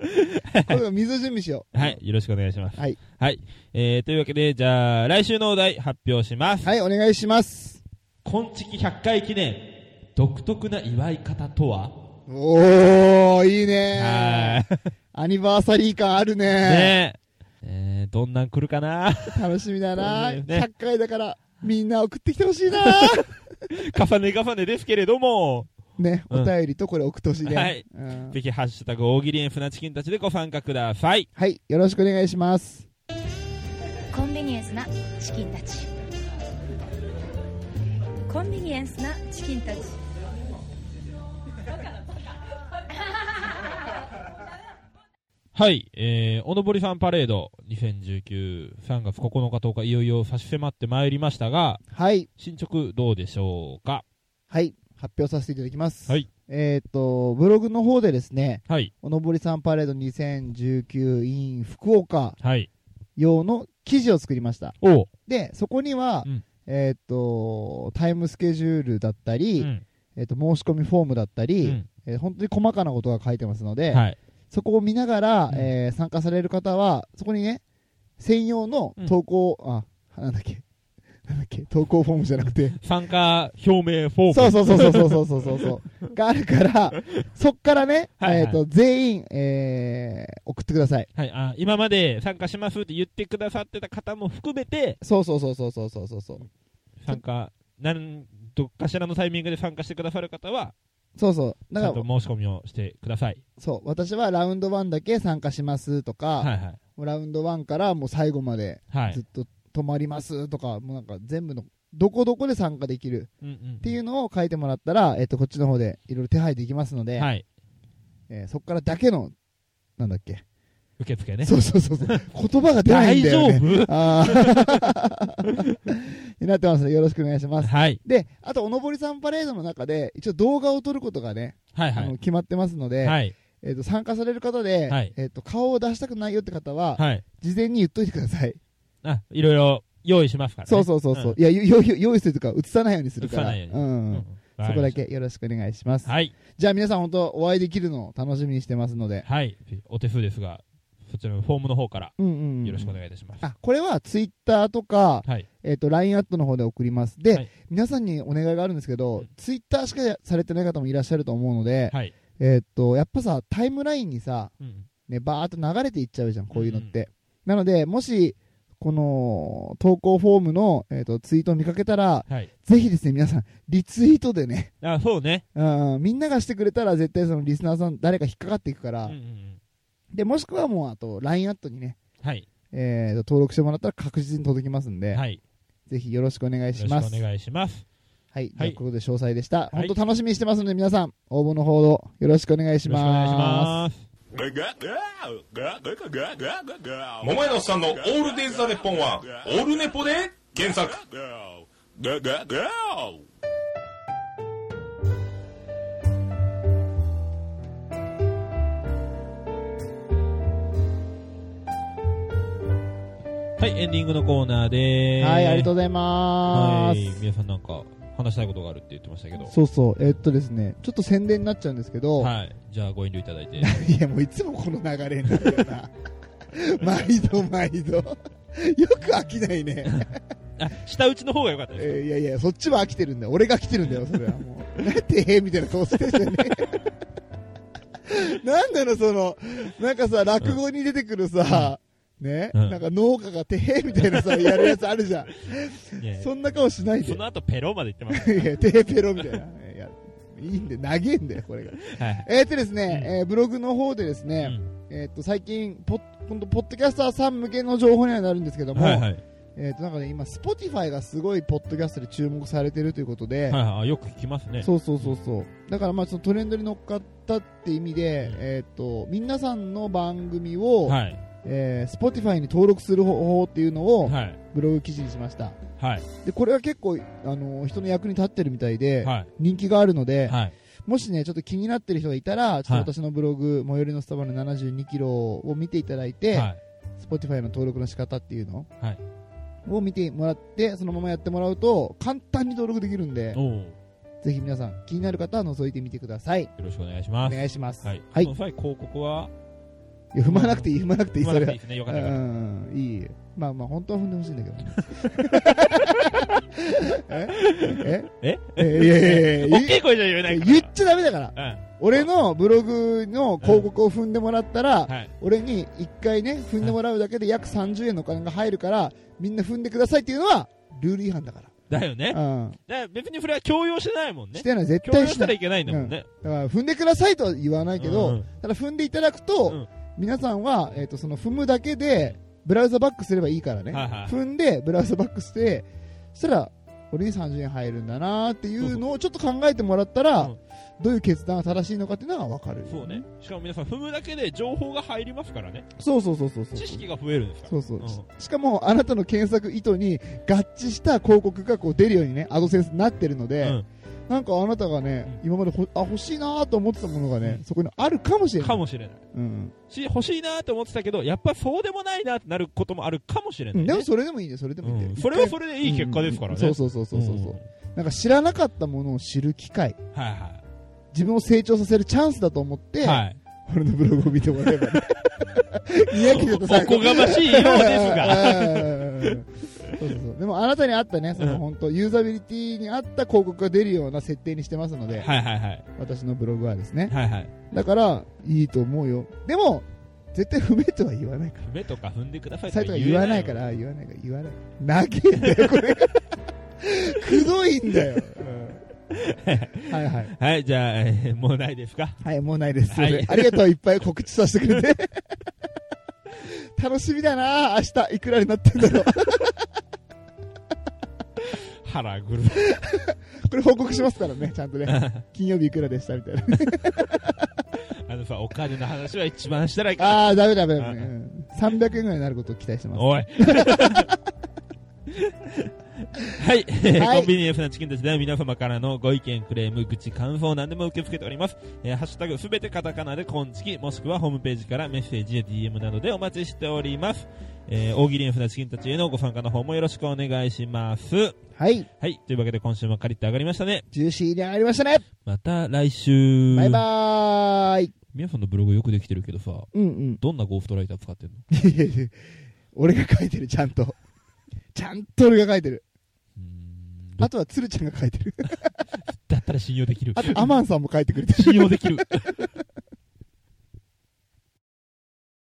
Speaker 1: これは水準備しよう。
Speaker 2: はい、よろしくお願いします。
Speaker 1: はい。
Speaker 2: はい。えー、というわけで、じゃあ、来週のお題発表します。
Speaker 1: はい、お願いします。
Speaker 2: 今月100回記念、独特な祝い方とは
Speaker 1: おー、いいね
Speaker 2: はい。
Speaker 1: アニバーサリー感あるね
Speaker 2: ねえ。えー、どんなん来るかな
Speaker 1: 楽しみだな。
Speaker 2: そうだよね
Speaker 1: 100回だから、みんな送ってきてほ しいな
Speaker 2: 重ね重ねですけれども、
Speaker 1: ね、
Speaker 2: うん
Speaker 1: お便りとこれ送ってほしいね。
Speaker 2: はい
Speaker 1: うん
Speaker 2: ぜひ、ハッシュタグ、大喜利エンフナチキンたちでご参加ください。
Speaker 1: はい、よろしくお願いします。
Speaker 5: コンビニエンスなチキンたちコンビニエンスなチキンたち
Speaker 2: はい、えー、おのぼりさんパレード2019、3月9日10日、いよいよ差し迫ってまいりましたが、
Speaker 1: はい、
Speaker 2: 進捗どうでしょうか
Speaker 1: はい、発表させていただきます。
Speaker 2: はい。
Speaker 1: えっと、ブログの方でですね、
Speaker 2: はい、
Speaker 1: おのぼりさんパレード 2019in 福岡
Speaker 2: はい。
Speaker 1: 用の記事を作りました。
Speaker 2: おう、
Speaker 1: で、そこには、
Speaker 2: うん
Speaker 1: えっと、タイムスケジュールだった
Speaker 2: う
Speaker 1: り、
Speaker 2: ん、
Speaker 1: えっと、申し込みフォームだった
Speaker 2: う
Speaker 1: り、
Speaker 2: ん、
Speaker 1: えー本当に細かなことが書いてますので、
Speaker 2: はい。
Speaker 1: そこを見ながら、
Speaker 2: うん
Speaker 1: えー参加される方は、そこにね、専用の投稿、あ、なんだっけ、なんだっけ、投稿フォームじゃなくて、
Speaker 2: 参加表明フォーム。
Speaker 1: そうそうそうそうそうそうそうそう そう、があるから、そっからね、
Speaker 2: はいはい
Speaker 1: えっ、と、全員、えー送ってください。
Speaker 2: はい、あ今まで参加しますって言ってくださってた方も含めて、
Speaker 1: そうそうそうそうそうそうそうそう。
Speaker 2: 参加、なんどっかしらのタイミングで参加してくださる方は、
Speaker 1: そうそう。
Speaker 2: ち
Speaker 1: だ
Speaker 2: ゃ
Speaker 1: か
Speaker 2: んと
Speaker 1: ら、
Speaker 2: 申し込みをしてください。
Speaker 1: そう、私はラウンド1だけ参加しますとか、
Speaker 2: はいはい。
Speaker 1: もうラウンド1からもう最後まで
Speaker 2: は
Speaker 1: ずっ
Speaker 2: い。
Speaker 1: と泊まりますとか、もうなんか全部の、どこどこで参加できる
Speaker 2: うんうん。っ
Speaker 1: っていうのを書いてもらったら、えっとこっちの方でいろいろ手配できますので、
Speaker 2: はい。
Speaker 1: えーそこからだけの、なんだっけ、
Speaker 2: 受付ね。
Speaker 1: そうそうそうそう、言葉が出ない
Speaker 2: 大
Speaker 1: んだ
Speaker 2: 丈
Speaker 1: よね。
Speaker 2: 夫
Speaker 1: あー になってますので、よろしくお願いします。
Speaker 2: はい。
Speaker 1: で、あと、おのぼりさんパレードの中で、一応動画を撮ることがね、
Speaker 2: はいは
Speaker 1: あの
Speaker 2: い。
Speaker 1: 決まってますので、
Speaker 2: はい。
Speaker 1: えっと参加される方で、
Speaker 2: はい
Speaker 1: えっと顔を出したくないよって方は、
Speaker 2: はい。
Speaker 1: 事前に言っといてください。
Speaker 2: あ、いろいろ用意しますからね。
Speaker 1: そうそうそうそう、いや、よよ用意するとか、映さないようにするから、
Speaker 2: 映さないように
Speaker 1: ん
Speaker 2: うん。わか
Speaker 1: そこ
Speaker 2: りま
Speaker 1: だ
Speaker 2: した
Speaker 1: けよろしくお願いします。
Speaker 2: はい。
Speaker 1: じゃあ皆さん本当お会いできるのを楽しみにしてますので。
Speaker 2: はい。お手数ですが、そちらのフォームの方から
Speaker 1: うんうん、
Speaker 2: よろしくお
Speaker 1: いし
Speaker 2: 願いいたします。
Speaker 1: あ、これはツイッターとか、
Speaker 2: はい。
Speaker 1: えっ、と、LINE アットの方で送ります。で、
Speaker 2: はい
Speaker 1: 皆さんにお願いがあるんですけど、
Speaker 2: うん
Speaker 1: ツイッターしかされてない方もいらっしゃると思うので、
Speaker 2: はい。
Speaker 1: えっ、と、やっぱさ、タイムラインにさ、
Speaker 2: うん。
Speaker 1: ね、バーっと流れていっちゃうじゃん、こういうのって。なので、もし、この、投稿フォームの、えっ、と、ツイートを見かけたら、
Speaker 2: はい。
Speaker 1: ぜひですね、皆さん、リツイートでね、
Speaker 2: あ、そうね。
Speaker 1: うん、みんながしてくれたら、絶対そのリスナーさん、誰か引っかかっていくか
Speaker 2: う
Speaker 1: ら、
Speaker 2: んうんうん。
Speaker 1: で、もしくはもう、あと、LINE アットにね、
Speaker 2: はい。
Speaker 1: えーと、登録してもらったら確実に届きますんで、
Speaker 2: はい。
Speaker 1: ぜひよろしくお願いし
Speaker 2: よろ
Speaker 1: ま
Speaker 2: し
Speaker 1: す。
Speaker 2: くお願いします。
Speaker 1: はい、と
Speaker 2: はい
Speaker 1: いうことで詳細でした。
Speaker 2: はい
Speaker 1: 本当楽しみにしてますので、皆さん、応募の報道よろしくお願いし
Speaker 2: よろしくお願いし
Speaker 1: ま。
Speaker 2: ます。
Speaker 6: 桃屋のおっさんのオールデイズ・ザ・ネッポンは、オールネポで検索。
Speaker 2: はい、エンディングのコーナーですーす。
Speaker 1: はい、ありがとう
Speaker 2: う
Speaker 1: ございます。
Speaker 2: はい、皆さんなんか話したいことがあるって言ってましたけど。
Speaker 1: そうそう、えっとですね、ちょっと宣伝になっちゃうんですけど、
Speaker 2: はい、じゃあご遠慮いた だいて。
Speaker 1: い、や、もういつもこの流れになるよな。 毎度毎度。よく飽きないね。
Speaker 2: あ、下打ちの方が良かったです。
Speaker 1: えーいやいや、そっちは飽きてるんだよ。俺が飽きてるんだよ、 それはもう。なんて、えーみたいな顔してるじゃね えなんなの、その、なんかさ、落語に出てくるさ、ね、
Speaker 2: うん
Speaker 1: なんか農家がてへーみたいな さ、やるやつあるじゃん。
Speaker 2: いや
Speaker 1: そんな顔しないで。
Speaker 2: その後ペロまで言ってます。
Speaker 1: いや、てへぺろみたいな。いや、いいんで、長えんだよ、これが。
Speaker 2: はい。
Speaker 1: えーとです
Speaker 2: うん
Speaker 1: ね、えーブログの方でです
Speaker 2: う
Speaker 1: ね、
Speaker 2: ん
Speaker 1: えーっと、最近、ポッ、今度、ポッドキャスターさん向けの情報にはなるんですけども、
Speaker 2: はいはい。
Speaker 1: えー、となんかね今、Spotify がすごいポッドキャストで注目されてるということで、
Speaker 2: はいはいあ、よく聞きますね。
Speaker 1: そうそうそうそうだからまあそのトレンドに乗っかったって意味で、えー、と皆さんの番組を、
Speaker 2: はい。
Speaker 1: えー、Spotify に登録する方法っていうのを
Speaker 2: はい。
Speaker 1: ブログ記事にしました
Speaker 2: はい。
Speaker 1: でこれは結構、あの人の役に立ってるみたいで、
Speaker 2: はい。
Speaker 1: 人気があるので、
Speaker 2: はい。
Speaker 1: もしねちょっと気になってる人がいたらちょっと私のブログ、最寄りのスタバの72キロを見ていただいて、
Speaker 2: はい。
Speaker 1: Spotify の登録の仕方っていうの
Speaker 2: はい
Speaker 1: を見てもらってそのままやってもらうと簡単に登録できるんで
Speaker 2: おー
Speaker 1: ぜひ皆さん気になる方は覗いてみてください
Speaker 2: よろしくお願いし
Speaker 1: お
Speaker 2: ます。
Speaker 1: 願いします
Speaker 2: はい。
Speaker 1: はい
Speaker 2: その際、広告は、
Speaker 1: いや踏まなくていい踏まなくていい
Speaker 2: 言わ
Speaker 1: そ
Speaker 2: なく
Speaker 1: れ
Speaker 2: て
Speaker 1: はい
Speaker 2: いですね。よか
Speaker 1: う
Speaker 2: ったよかっ
Speaker 1: んうんいいまあまあ本当は踏んでほしいんだけどえええいやいやい
Speaker 2: た。
Speaker 1: や
Speaker 2: 大
Speaker 1: い
Speaker 2: き
Speaker 1: や
Speaker 2: い声じゃ言えないから。
Speaker 1: 言っちゃダメだから
Speaker 2: う
Speaker 1: 俺のブログの広告を踏んでもらったら、
Speaker 2: ん。はい。
Speaker 1: 俺に1回ね踏んでもらうだけで約30円のお金が入るからみんな踏んでくださいっていうのはルール違反だか、
Speaker 2: だよね。だから
Speaker 1: うん、
Speaker 2: ら別にそれは強要してないもんね
Speaker 1: し。てない絶
Speaker 2: 強要
Speaker 1: 対
Speaker 2: し
Speaker 1: したな
Speaker 2: ら
Speaker 1: い
Speaker 2: いけないんだもんね。
Speaker 1: だから踏んでくださいとは言わないけど、
Speaker 2: うんうん
Speaker 1: ただ踏んでいただくと、
Speaker 2: うん
Speaker 1: 皆さんは、えー、とその踏むだけでブラウザバックすればいいからね、
Speaker 2: はいはい
Speaker 1: 踏んでブラウザバックしてそしたら俺に30円入るんだなーっていうのをちょっと考えてもらったら、
Speaker 2: うん
Speaker 1: どういう決断が正しいのかっていうのが分かる
Speaker 2: そうね。しかも皆さん踏むだけで情報が入りますからね。
Speaker 1: そうそうそうそうそう
Speaker 2: 知識が増えるんですから。
Speaker 1: そうそう、
Speaker 2: うん
Speaker 1: ししかもあなたの検索意図に合致した広告がこう出るようにねアドセンスになってるので、なんかあなたがね、今までほあ欲しいなーと思ってたものがね、
Speaker 2: うん
Speaker 1: そこにあるかもし
Speaker 2: う
Speaker 1: れ
Speaker 2: ん。
Speaker 1: ない
Speaker 2: かもしれない。
Speaker 1: うん
Speaker 2: し、欲しいなと思ってたけど、やっぱそうでもないなってなることもあるかもしれ
Speaker 1: う
Speaker 2: ない
Speaker 1: ん
Speaker 2: ね。
Speaker 1: でもそれでもいいんだよそれでもいいんだよ、
Speaker 2: うん
Speaker 1: 一
Speaker 2: そ
Speaker 1: 回
Speaker 2: れはそれでいい結果ですからね。
Speaker 1: うんうんそうそうそうそうそう、
Speaker 2: ん
Speaker 1: なんか知らなかったものを知る機会
Speaker 2: はいは
Speaker 1: 自分を成長させるチャンスだと思って、
Speaker 2: い。はい。
Speaker 1: 俺のブログを見てもらえばねにやけてた
Speaker 2: お
Speaker 1: 最後
Speaker 2: こがましいようですが。
Speaker 1: うんそうそうそうでもあなたに合ったね、その本当、ユーザビリティに合った広告が出るような設定にしてますので、
Speaker 2: はいはいはい。
Speaker 1: 私のブログはですね。
Speaker 2: はいはい。
Speaker 1: だから、いいと思うよ。でも、絶対不明とは言わないか
Speaker 2: 踏めとか踏んでくださ
Speaker 1: ら。
Speaker 2: い
Speaker 1: サイ
Speaker 2: と
Speaker 1: ト
Speaker 2: か
Speaker 1: が言わないから、言わないから、言わない。長えんだよ、これが。くどいんだよ。うんはいはい。
Speaker 2: はい、じゃあ、えーもうないですか
Speaker 1: はい、もうないです。
Speaker 2: はい
Speaker 1: それありがとう、いっぱい告知させてくれて。楽しみだな明日、いくらになってんだろう。
Speaker 2: 腹ぐる。
Speaker 1: これ報告しますからね、ちゃんとね。金曜日いくらでしたみたいな。
Speaker 2: あのさ、お金の話は一番したらいいから。
Speaker 1: ああ、ダメダメダメ。うん300円ぐらいになることを期待してます。
Speaker 2: おい。はい、
Speaker 1: はい
Speaker 2: コンビニエンスなチキンたちでは皆様からのご意見、クレーム、愚痴、感想何でも受け付けております。えーハッシュタグすべてカタカナでコンチキ、もしくはホームページからメッセージや DM などでお待ちしております。えー大喜利エンスなチキンたちへのご参加の方もよろしくお願いします。
Speaker 1: はい。
Speaker 2: はい、というわけで今週もカリッと上がりましたね。
Speaker 1: ジューシーに上がりましたね。
Speaker 2: また来週。
Speaker 1: バイバーイ。
Speaker 2: 皆さんのブログよくできてるけどさ、
Speaker 1: うんうん。
Speaker 2: どんなゴーストライター使ってんの
Speaker 1: いやいや俺が書いてる、ちゃんと。ちゃんと俺が書いてる。
Speaker 2: うーん
Speaker 1: あとは鶴ちゃんが書いてる。
Speaker 2: だったら信用できる。
Speaker 1: あとアマンさんも書いてくれてる。
Speaker 2: 信用できる。